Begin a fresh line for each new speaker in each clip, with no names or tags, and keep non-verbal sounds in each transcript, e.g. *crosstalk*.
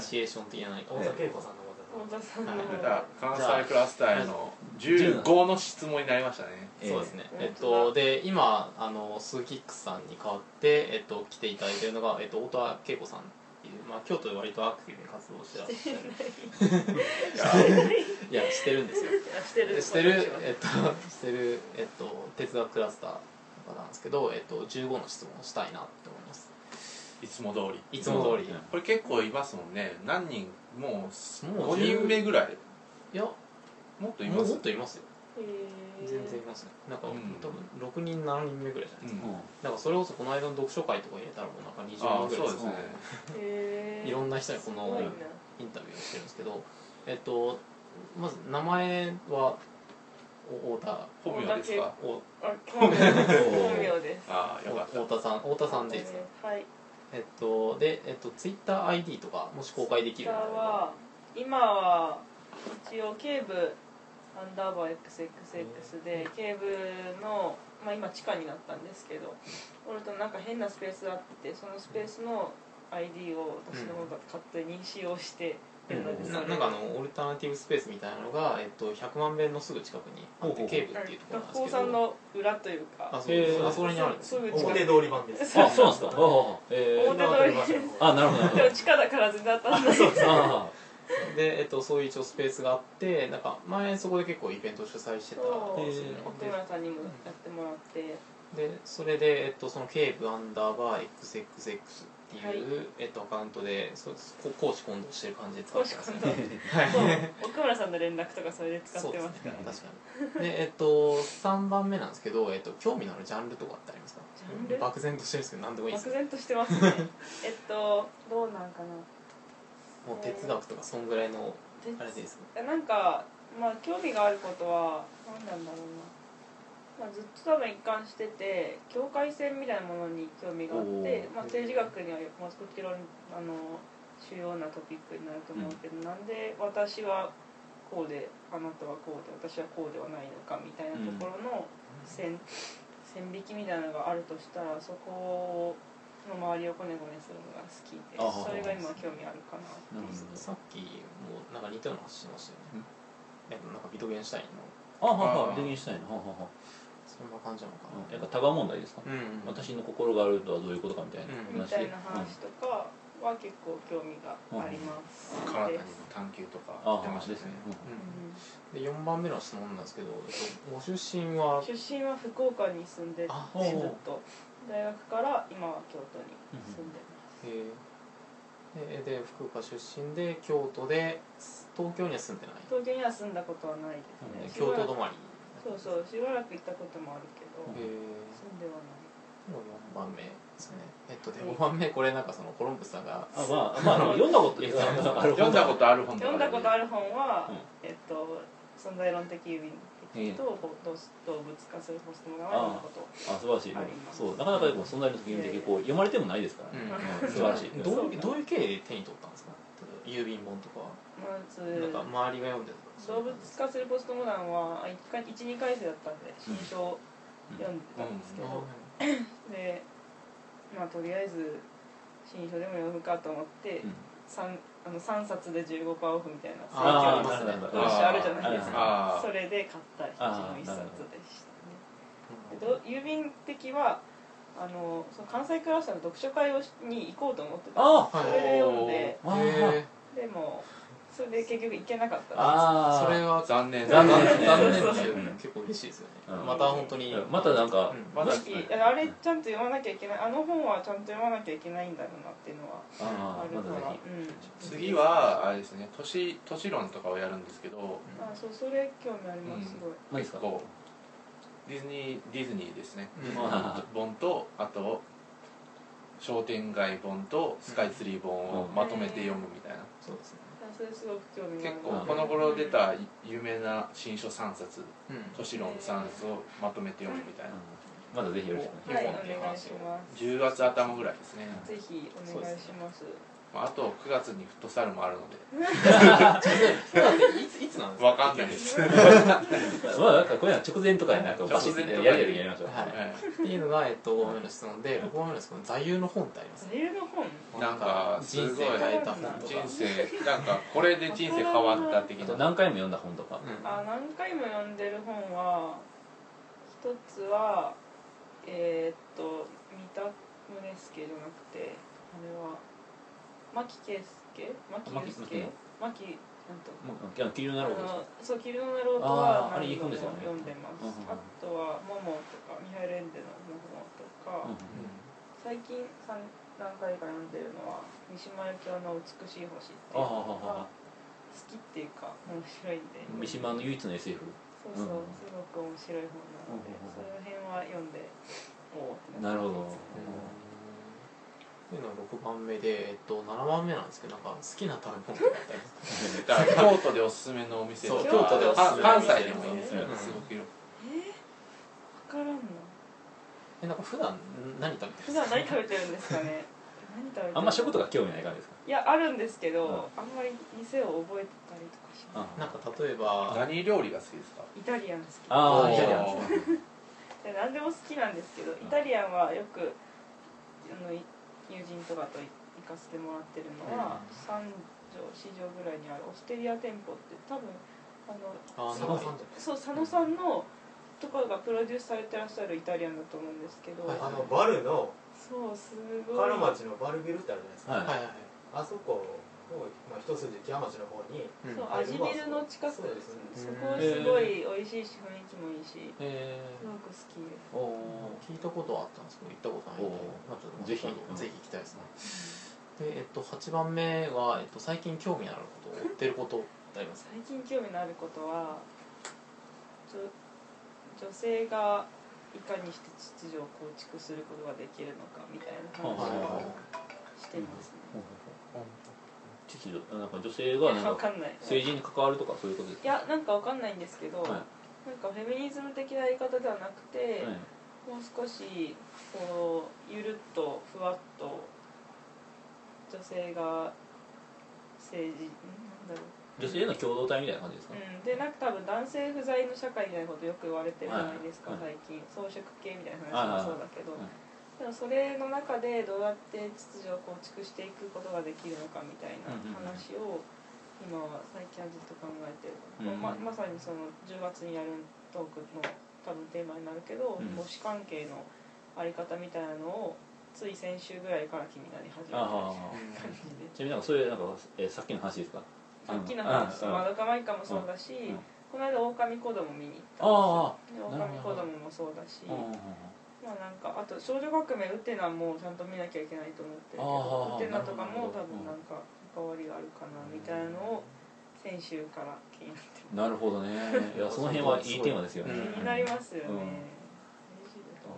シエーション的な何か
太田恵子さんのこ
田さんの、
はい
関西クラスターへの15の質問になりましたね
そうですね、
ええ
えっと、で今あのスーキックスさんに代わって、えっと、来ていただいているのが、えっと、太田恵子さんっていう、まあ、京都で割とアクティブに活動してらっしゃる
*laughs* いや
いやしてるん
*laughs*
ですよ
してる
でしてるえっとしてるえっと哲学クラスターの方なんですけど、えっと、15の質問をしたいなって思います
いつも通り
いつも通り、
これ結構いますもんね何人もう
もう
5人目ぐらい
いや
もっとい
も
ま
うも
す
っといますよ全然いますねなんか、
うん
多分6人7人目ぐらいじゃないですか、
うん
なんかそれこそこの間の読書会とか入れたらもうなんか
あ
20人
あ
ぐらいう
そ
です
ですね
え
いろんな人にこのインタビューをしてるんですけど、えっと、まず名前はお太田
本名ですか
お *laughs*
あ本名本名です
ああよかった
太田さん太田さんでいいですか
はい
えっとで、えっと、ツイッター ID とかもし公開できるの
下
であれば
は今は一応警部アンダーバー XXX で警部のまあ今地下になったんですけど俺となんか変なスペースがあってそのスペースの ID を私の方が勝手に使用してるので
ななんかあのオルタナティブスペースみたいなのが、えっと、100万遍のすぐ近くにあっ
ほうほ
て
う
ケーブっていうところなんで
学
す
校
けど
さんの裏というか
あそうですあそこにあるんです
すぐ
と
近
表
く
通り版です
あ、そうなんですか。ああえ
表
ー
通
表通り版
あ、なるほど。な
で
る
も地下だから全然当たんない
ほどあ
で、えっと、そういう一応スペースがあってなんか前そこで結構イベントを主催してたんですよね
大
で
人さんにもやってもらって
でそれで、えっと、そのケーブアンダーバー XXX っていう、
はい
えっと、アカウントでそうこ講師混同してる感じで使って
少し
ます
今
ね
度そう奥村さんの連絡とかそれで使っ
そう
て
です
ま
ね
すから
確かにでえっと3番目なんですけど、えっと、興味のあるジャンルとかってありますか
ジャンル
漠然としてるんですけど何でもいいです
漠然としてますねえっとどうなんかな
もう哲学とかそんぐらいのあれでいいですか
えなんかまあ興味があることは何なんだろうな、まあ、ずっと多分一貫してて境界線みたいなものに興味があっ
お
て
ー、
まあ、政治学にはもちろんあの主要なトピックになると思うけど、なんで私はこうであなたはこうで私はこうではないのかみたいなところの線,、線引きみたいなのがあるとしたらそこの周りをこねこねするのが好きで
あはは
それが今興味あるかな
あなる
さっきもうなんか似たような話してましたよね、えっとなんかビトゲンシュタインの
ほど。あ、はは、電源したいの。ははは。
そんな感じなのか
やっぱタガ問題ですか。
な、うんうん
私の心があるとはどういうことかみたい
うん
な
み
話
たい
で
な。話とかは結構興味があります。
彼
で
方にも探求とか
あ
やっ
あ
てまし
で
た
す
ね
ね。
で4番目の質問なんですけど、えっと、ご出身は
うん出身は福岡に住んでて
あ
ずっと大学から今は京都に住んでます。
えーでで福岡出身で京都で東京には住んでない
東京には住んだことはないです
京
ね。
都
しば
止
らく
まり
そうそうしばらく行ったこともあるけど、
えー
住んではな
もう4番目ですねえっとで5番目これなんかそのコロンブスさんが
あ、まあ、まあ、読んだこと。
読んだことある本
い。読んだことあ
る
る本は、
うん
えっと存在論的郵便的と、動物化するホストの名前読んだこと。
あ、素晴らしい。そう、なかなかでも、存在の時に的こう、読まれてもないですから。
うん
素晴らしい。
どういうどういう経緯で手に取ったんですか郵便本とかは
まず
なんか周りが読んでるとか
動物化するポストモダンは12回生だったんで新書を読んでたんですけど、でまあとりあえず新書でも読むかと思って、三あの3冊で15%オフみたいな
あー
盛況の
なるほど
雑誌あるじゃないですか
あー
それで買った一の一冊でしたねでど郵便的はあのその関西クラスターの読書会をしに行こうと思ってた
あ
それで読んで
あ
え
でもそれで結局行けなかったんです
あ
それは
残念
残念ですね
残念ですけど結構嬉しいですよね
うん
また本当に
またなんか、
うん
まだ
ぜひいやあれちゃんと読まなきゃいけないあの本はちゃんと読まなきゃいけないんだろうなっていうのは
あ
あ
あ、
る
ま
か
だ
ら、
ぜ
うん、
次はあれですね都市都市論とかをやるんですけど
あそうそれ興味あります、すごい
ひ。まあ、いいですか。
こうディズニーディズニーですね
うん
あ
本とあと商店街本とスカイツリー本をまとめて読むみたいな
そうですね
あそれすごく興味があ
結
る
構この頃出た有名な新書3冊
うん
都市論3冊をまとめて読むみたいな
まだぜひよろしくお願いします。
はいお願いします
10月頭ぐらいですね
ぜひお願いします
まあ、あと9月にフットサルもあるので
いついつなんですか
わかんないです、はい
まあなんかこういうのは直前とかになんかバシッ
直前
て
と
や
か
り
に
やりやりましょう
っていうのが、えっと、5番目の質問で6番目の質問座右の本ってあります
座右の本
なんか
人生変えた本とか
人生なんかこれで人生変わった的
あと
な
何回も読んだ本とか
うん
あ何回も読んでる本は一つはえーっと三田宗介じゃなくてあれは牧圭介牧圭介牧なんと
もうあの気になる
あ
ほど
のそう「キルノナロート」は
あーあれい
何
い本
度も
ですよね
読んでます
うんうんうん
あとは「モモ」とかミハイル・エンデの「モモ」とか、
うん
最近三何回か読んでるのは「三島由紀夫の美しい星」っていう
あは
の
は
が
は
好きっていうか面白いんで、
三島の唯一の SF
そうそ
う
う
ん
すごく面白い本なので、
うんうんうん
その辺は読んでおおって
なるほど
っていうのが6番目で、えっと、7番目なんですけどなんか好きな食べ物ってあったり
だから京都でおすすめのお店とか
そう京都でおすすめの
関
お店
関西でもいいですよね、
うん
すごくよ
えー、分からんの
えなんか普段ん何食べてるんです
普
か
段何食べてるんですか
*laughs*
ね何食べてる
あんま食とか興味ない感じですか
いやあるんですけど、
うん
あんまり店を覚えてたりとかしない
あ
なんか例えば
何料理が好きですか
イタリアン好き
あ
ー
あ
イタリアン
おー
で何でも好きなんですけどイタリアンはよくあのい友人とかとい行かせてもらってるのは
うん
三条四条ぐらいにあるオステリア店舗って多分あの
あ
す
ー
ごい
中野さん
そう佐野さんのとかがプロデュースされてらっしゃるイタリアンだと思うんですけど、
はい
あのバルの
そうすごい
原町のバルビルってあるじゃないですか、
はい
はいはいはい
あそこを、まあ、一筋木屋町の方 *laughs* に
うん
そう味ビルの近く
そうですね
そこすごい美味しいし雰囲気もいいし
え
すごく好きです
ー、おー聞いたことはあったんですけど行ったことないんで、
おー
まあちょっと
ぜひ
ぜひ行きたいですね、で、えっと、8番目は、えっと、最近興味のあること追ってることってありますか
最近興味のあることは女女性がいかにして秩序を構築することができるのかみたいな話をしてますね。
秩序なんか女性
いや
がなん
わ
か
かんない。
政治に関わるとかそういうことですか
いやなんかわかんないんですけど、
は
なんかフェミニズム的な言い方ではなくて、
いはい
もう少しこうゆるっとふわっと女性が政治んなんだろう
女性の共同体みたいな感じですか
うん、でなんか多分男性不在の社会みたいなことよく言われてるじゃないですか、
はいは
最近装飾系みたいな話もそうだけど、
はいはい
でもそれの中でどうやって秩序を構築していくことができるのかみたいな話を今は最近はずっと考えて
う
る、
ん
ままさにその10月にやるトークの多分テーマになるけ
う
ど、
ん
母子関係のあり方みたいなのをつい先週ぐらいから気になり始め
あ
た感
あ
じで。
ちなみになんかそれなんか、えーさっきの話ですか
さっきの話
うんうん
まどかまいかもそうだし、
んうん
この間狼子供見に行
あ
ったんですよで
なる
狼子
ほど
供もそうだし
あうんうんうん
まあなんかあと少女革命ウテナもちゃんと見なきゃいけないと思ってるけ
あー
どウテナとかも
なるほど
多分なんか関わりがあるかなみたいなのを先週から気になって
うんなるほどねいやその辺はいいテーマですよね
うん
気になりますよね、
うん
嬉しいだと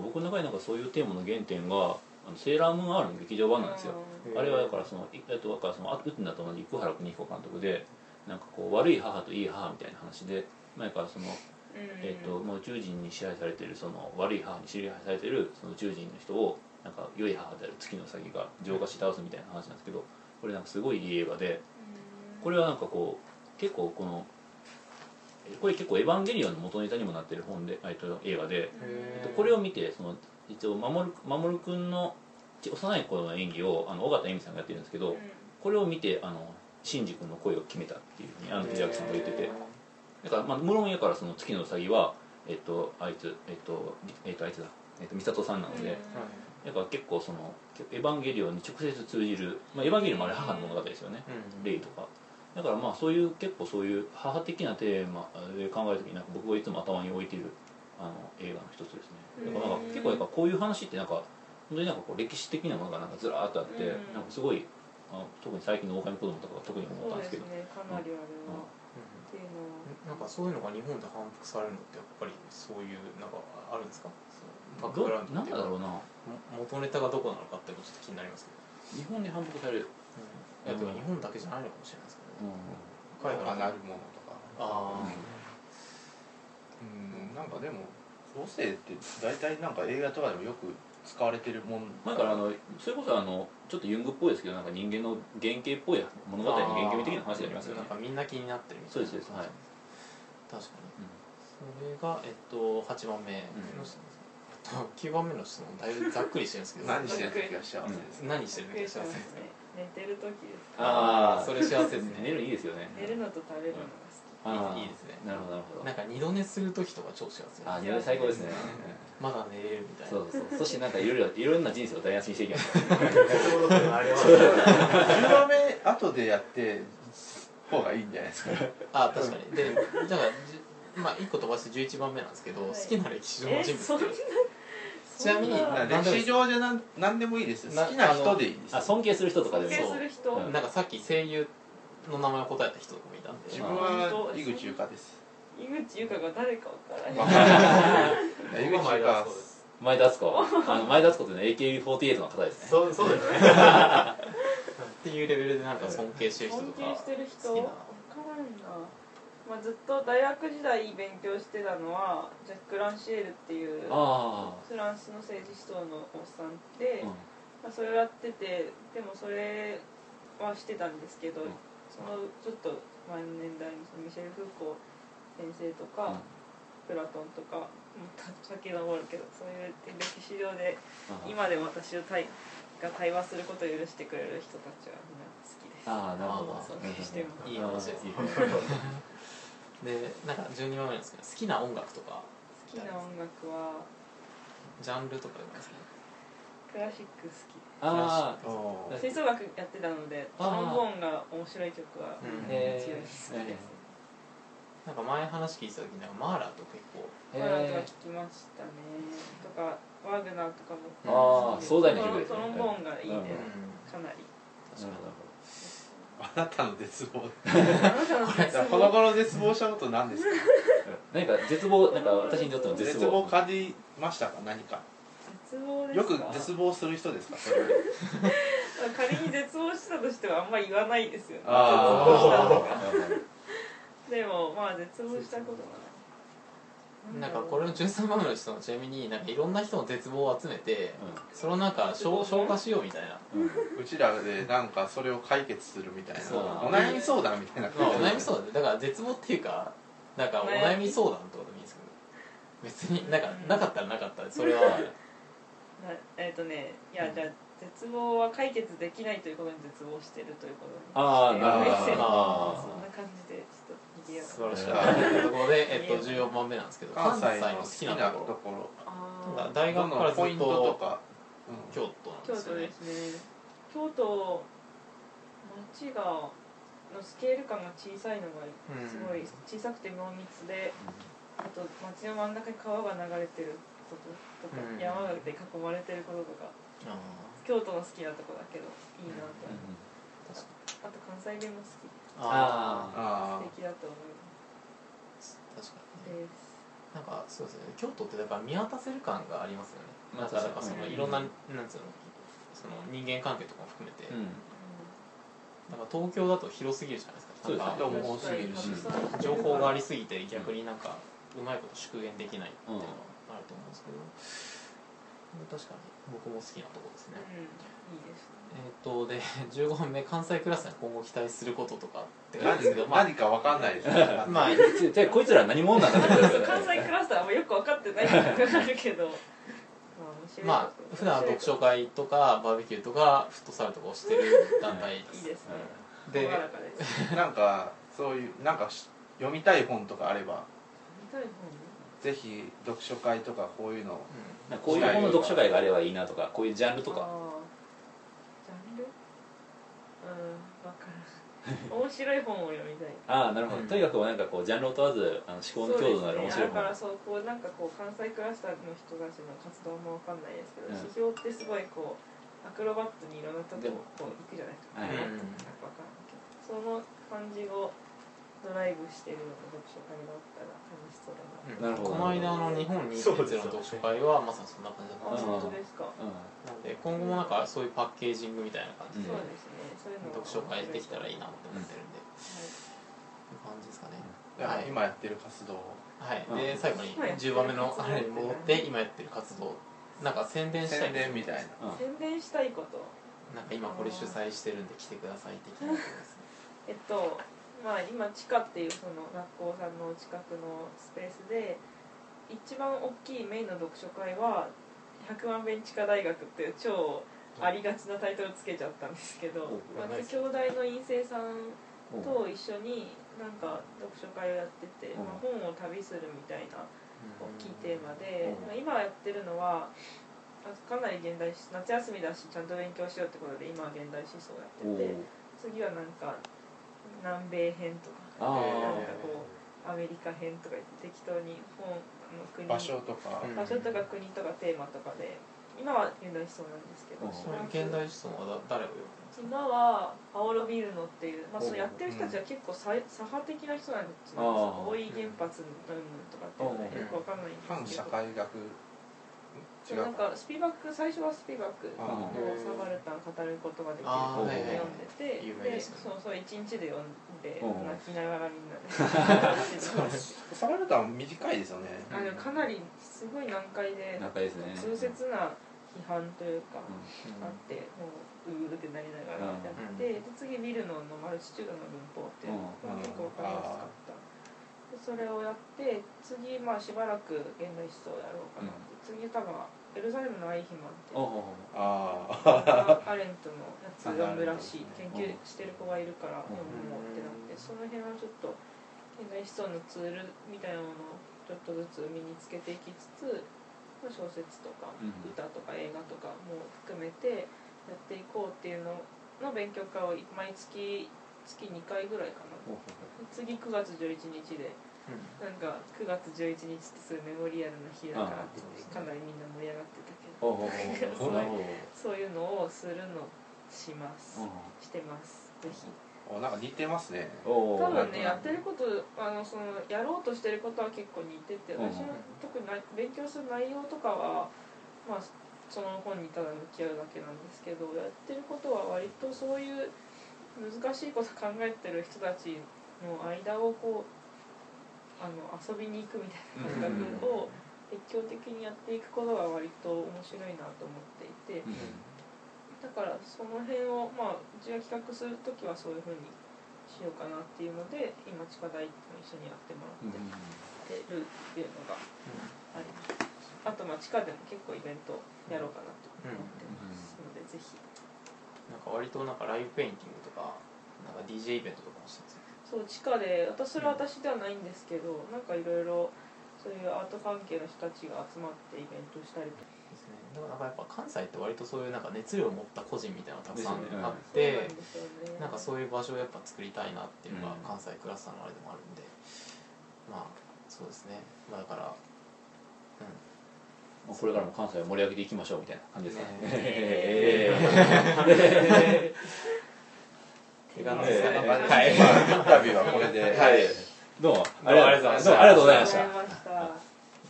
なんか
う
僕の中でなんかそういうテーマの原点があのセーラームーン R の劇場版なんですよ、
うん
あれはだからそのいえっとだからそのあうってなったので生原邦彦監督でなんかこう悪い母といい母みたいな話で前からその、
うん
えっと、もう宇宙人に支配されてるその悪い母に支配されてるその宇宙人の人をなんか良い母である月の先が浄化し倒すみたいな話なんですけどこれなんかすごいいい映画でこれはなんかこう結構このえこれ結構「エヴァンゲリオン」の元ネタにもなってる本で、えっと、映画で。
へ
えっとこれを見てその一応守る守くんのち幼い頃の演技をあの尾形恵美さんがやってるんですけど、これを見てあのシンジ君の声を決めたっていうふうにアンジャックさんが言っててだから、まあ、無論やからその月のうさぎはえっとあいつえっと、りえっと、あいつだ、えっと、美里さんなので、だから結構その「エヴァンゲリオン」に直接通じる、まあ、エヴァンゲリオンもあれ母の物語ですよね、レイとかだからまあそういう結構そういう母的なテーマで考える時になんか僕がいつも頭に置いているあの映画の一つですねだからなんか
うん
結構やっぱこういう話ってなんか本当になんかこう歴史的なものがなんかずらーっとあって
うん
なんかすごいあの特に最近の狼子供とかが特に思った
そ
ん
う
で
ですす
け
ね
ど
かなりあれは、っていうの
なん
は
かそういうのが日本で反復されるのってやっぱりそういうなんかあるんですかバック
ど
グラウ
う
ンド
な
っ
ん
て
だろうな
元ネタがどこなのかってちょっと気になりますけ
日本に反復される、
ど、うん、いやでも日本だけじゃないのかもしれないですけど、ね海
他
外
な
の
るものとか
あ
うんなんかでも個性って大体なんか映画とかでもよく使われてるもん
前からあのそれこそあのちょっとユングっぽいですけどなんか人間の原型っぽい物語の原型的な話がありますよね
なんかみんな気になってるみたいな
そうですそうですはい
確かに、それがえっと8番目の質問、えっと9番目の質問だいぶざっくりしてるんで
*laughs*
すけど
何してる時が幸せですね、
何してるん
寝
で
て
すか幸せ
ますね
ですね
寝てる時です
ああ
それ幸せですね
*laughs* 寝るのいいですよね
寝るのと食べるのが好
あー
いいですね
なるほどなるほ
な
ど
んか二度寝する時とか超幸せ
あー寝る最高ですね
まだ寝れるみたいな
そうそうそうそしてなんかいろいろいろんな人生を台無しにしていきます
心ってありますね
10番目後でやって方がいいんじゃないですか
あ確かにでだからじまあ1個飛ばして11番目なんですけど、
はい
好きな歴史
き
上
え
の人
そ
物
ん
って
な
*laughs* ちなみに
そん
あ
歴史上じゃなん何でもいいですよ
な
好きな人でいいです
あ尊敬する人とかで
尊
も
敬する人
そう
なんかさっき声優の名前を答えた人とかもいたんで
自分は井口優香です
井口優香が誰かわからない
*laughs* 井口優香は
前田敦子あの前田敦子というのは AKB48 の方ですね
そうそうですね
っていうレベルでなんか尊敬してる人と
尊
か
敬してる人
好き
分
な
からんな、まあ、ずっと大学時代勉強してたのはジャック・ランシエールっていう
あ
フランスの政治思想のおっさんで、
あ、うん
まあ、それをやっててでもそれはしてたんですけど、
うん
そのちょっと前の年代にそのミシェル・フーコー先生とか、
うん
プラトンとかもう先のぼるけどそういう歴史上で
あー
今でも私を対が対話することを許してくれる人たちはみんな好きです。
あーなるほど
尊敬してます
いい話ですねでなんか12番目なんですけど好きな音楽とか
好きな音楽は
ジャンルとかでもいいですね
クラシック好き
あー
おー
吹奏楽やってたので
あ
ト
ー
ロンボーンが面白い曲は
うん
強い
へ
し
ー
好きです
なんか前話聞いてた時になんかマーラーと結構
へ
ワランとか
え
聞きましたねとかワーグナーとかも
あー壮大な曲です
ト
ね
ロンボーンがいい
う
ね
ん
かなり
なるほど
あなたの絶 *laughs* 望
あなたの絶
*laughs* この
望
頃絶望したこと何ですか
なんか絶望なんか私にとっての絶望
絶望感じましたか何か
絶望です
よ
か
く絶望する人ですかそれより
仮に絶望したとしてはあんま言わないですよね
あー
絶望したとか
う
でもまあ絶望したことがな
ないんかこれの13番目の人のちなみになんかいろんな人の絶望を集めてそのなんか消消化しようみたいなん
うん
うちらでなんかそれを解決するみたいな
そう
お悩み相談みたいな
まあお悩み相談でだから絶望っていうかなんかお悩み相談ってことでもいいんですけど別になんかなかったらなかったでそれは
なえっ、とねいやじゃあ絶望は解決できないということに絶望してるということに
あー
なるほど
メッセージ
あー
そんな感じでちょっと逃げよう
素晴らしかったということで、えっと、14番目なんですけど関
関
西
西
の
の
好き
好
な
きな
と
と
ころ
ころ
あー
大学からずっと
ポイントとか、うん
京都なん
京
です
都
よね
ですね京都街がのスケール感が小さいのが
うん
すごい小さくて濃密で、あと街の真ん中に川が流れてることとか、
うん
山で囲まれてることとか
あ
京都の好きなとこだけどいいなと思
ー
う、
確かに
あと関西弁も好き
あ
あ
素敵だと思い
ー確か
ます
にねなんかそうですよね京都ってだから見渡せる感がありますよねな
ま
ん
あ
かだから
確
そ
かに
のいろんななんつうのその人間関係とかも含めて、
うん
なんか東京だと広すぎるじゃないですか
そうですね
なん
で
か
も多すぎるし
情報があ
り
りすぎて逆になんかうまいこと縮減できないっていうのがあると思うんですけど、確かに僕も好きなところですね、
うんいいですね
えーっとで15番目関西クラスに今後期待することとかって
ー
感じですけど
*laughs* 何
まあ
何かわかんない *laughs* ですね
まあ
じゃじゃあこいつら何者なんだってことですよね
関西クラスターもよく分かってないことがあるけどまあ
まあ普段は読書会とかバーベキューとかフットサルとかをしてる団体で
いい
す
ですね
で
朗らかです
なんかそういうなんかし読みたい本とかあれば
見たい
ぜひ読書会とかこういうのを
なんかこういう本の読書会があればいいなとかこういうジャンル
本
と
あ
か
ージャンルうん分からん面白い本を読みたい
ああなるほど、
うん
とにかくなんかこうジャンルを問わずあの思考の強度のある面白い
そうですねだ
本
からそうこうなんかこう関西クラスターの人たちの活動もわかんないですけど、
うん
批評ってすごいこうアクロバットにいろんなとこ
でも
こう行くじゃないですか、
はい
なんかわかんないけどその感じをドライブしてるのが読書会だったら楽しそうだ
うん
なる
な、
ほど
この間の日本
そう
2.0
ですよ
の
ね
読書会はまさにそんな感じだったん
あ
ですけど
うん
本当ですか、
う
なんで今後もなんかそういうパッケージングみたいな感じで
そうですねそういうの
読書会できたらいいなって思ってるんで、
は
こんな感じですかね
だから
はい
今やってる活動を
はい、
うん
で最後に
今やってる
10番目のあれに戻って今やってる活動なんか宣伝したい
宣伝みたいな
うん
宣伝したいこと
なんか今これ主催してるんで来てください的なやつですね
えっとまあ今地下っていうその学校さんの近くのスペースで一番大きいメインの読書会は100万遍地下大学っていう超ありがちなタイトルつけちゃったんですけど、
お
まあ、
ないです
兄弟の院生さんと一緒になんか読書会をやってて、
うん
まあ、本を旅するみたいな
うん
大きいテーマで、
うん
まあ、今やってるのはあかなり現代思夏休みだしちゃんと勉強しようってことで今は現代思想や
お
ってて
ー
次はなんか南米編とか
あ
なん
ー
かこうアメリカ編とか言って適当に本の国
場所とか、
うん
場所とか国とかテーマとかで今は現代思想なんですけど
うん
それ現代思想はだ誰を呼ぶんですか
今はパオロ・ビルノっていう、まあ、そのやってる人たちは
う
結構左左派的な人なんですよ
あー
大井原発のうんぬんとかっていうのがよくわかんないん
反
ですけ
社
ど
会学
そう
違う
なんかスピバック最初はスピバック
あ
の
ー
サバルタン語ることができる
あ
ー
本を
はいはい
読んでて、
有名
で
ですよね
そうそう一日で読んで
うん
泣きながらみんなであ *laughs*
サバルタは短いですよね
でもかなりすごい難解で
仲いいですね
痛切な批判というか、
うん
あってもううーってなりながらやって、
うん
で次ビルノのマルチチュードの文法っていうのが結構わかりやすかった、でそれをやって次まあしばらく現代思想をやろうかなって、次多分エルサレムのアイヒマンって
お
いう
お
ああ
アレントのやつ読むらしい
あ
研
なるほど
究してる子がいるから
うん
読もうってなってその辺はちょっと現代思想のツールみたいなものをちょっとずつ身につけていきつつまあ小説とか
うん
歌とか映画とかも含めてやっていこうっていうのの勉強会を毎月月2回ぐらいかな次9月11日でなんか9月11日ってすごいメモリアルな日だからって言ってかなりみんな盛り上がってたけど
おお
そう
なるほど
そういうのをするのします
うん
してますぜひ
おなんか似てますね
お
多
ー
分ねやってることあのそのやろうとしてることは結構似てて
うん
私の特にな勉強する内容とかはまあその本にただ向き合うだけなんですけどやってることは割とそういう難しいこと考えてる人たちの間をこうあの遊びに行くみたいな感覚を熱狂的にやっていくことが割と面白いなと思っていて。
うん
だからその辺をまあうちが企画する時はそういうふうにしようかなっていうので今地下大と一緒にやってもら
うん
ってるっていうのがありますあとまあ地下でも結構イベントやろうかなと思ってますのでぜひ
なんか割となんかライブペインティングとかなんか DJ イベントとかもしてますね
そう地下で私それは私ではないんですけどなんかいろいろそういうアート関係の人たちが集まってイベントしたりとか
ですねでもなんかやっぱ関西って割とそういうなんか熱量を持った個人みたいなのたくさん
ですよね
あっ
そう
て、
なんですよね
なんかそういう場所をやっぱ作りたいなっていうのが
うん
関西クラスターのあれでもあるんで、まあそうですね、まあ、だから、う
まあこれからも関西を盛り上げていきましょうみたいな感じですかね
ね
ええ
ん、手が
は
ないいですかなんか
は
はいい、まあ、インタビューはこれで、
はいどうも
どうもありがとうございました
どうもありがとうございました
ありがとうございました
じ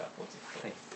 ゃあポチッと。
はい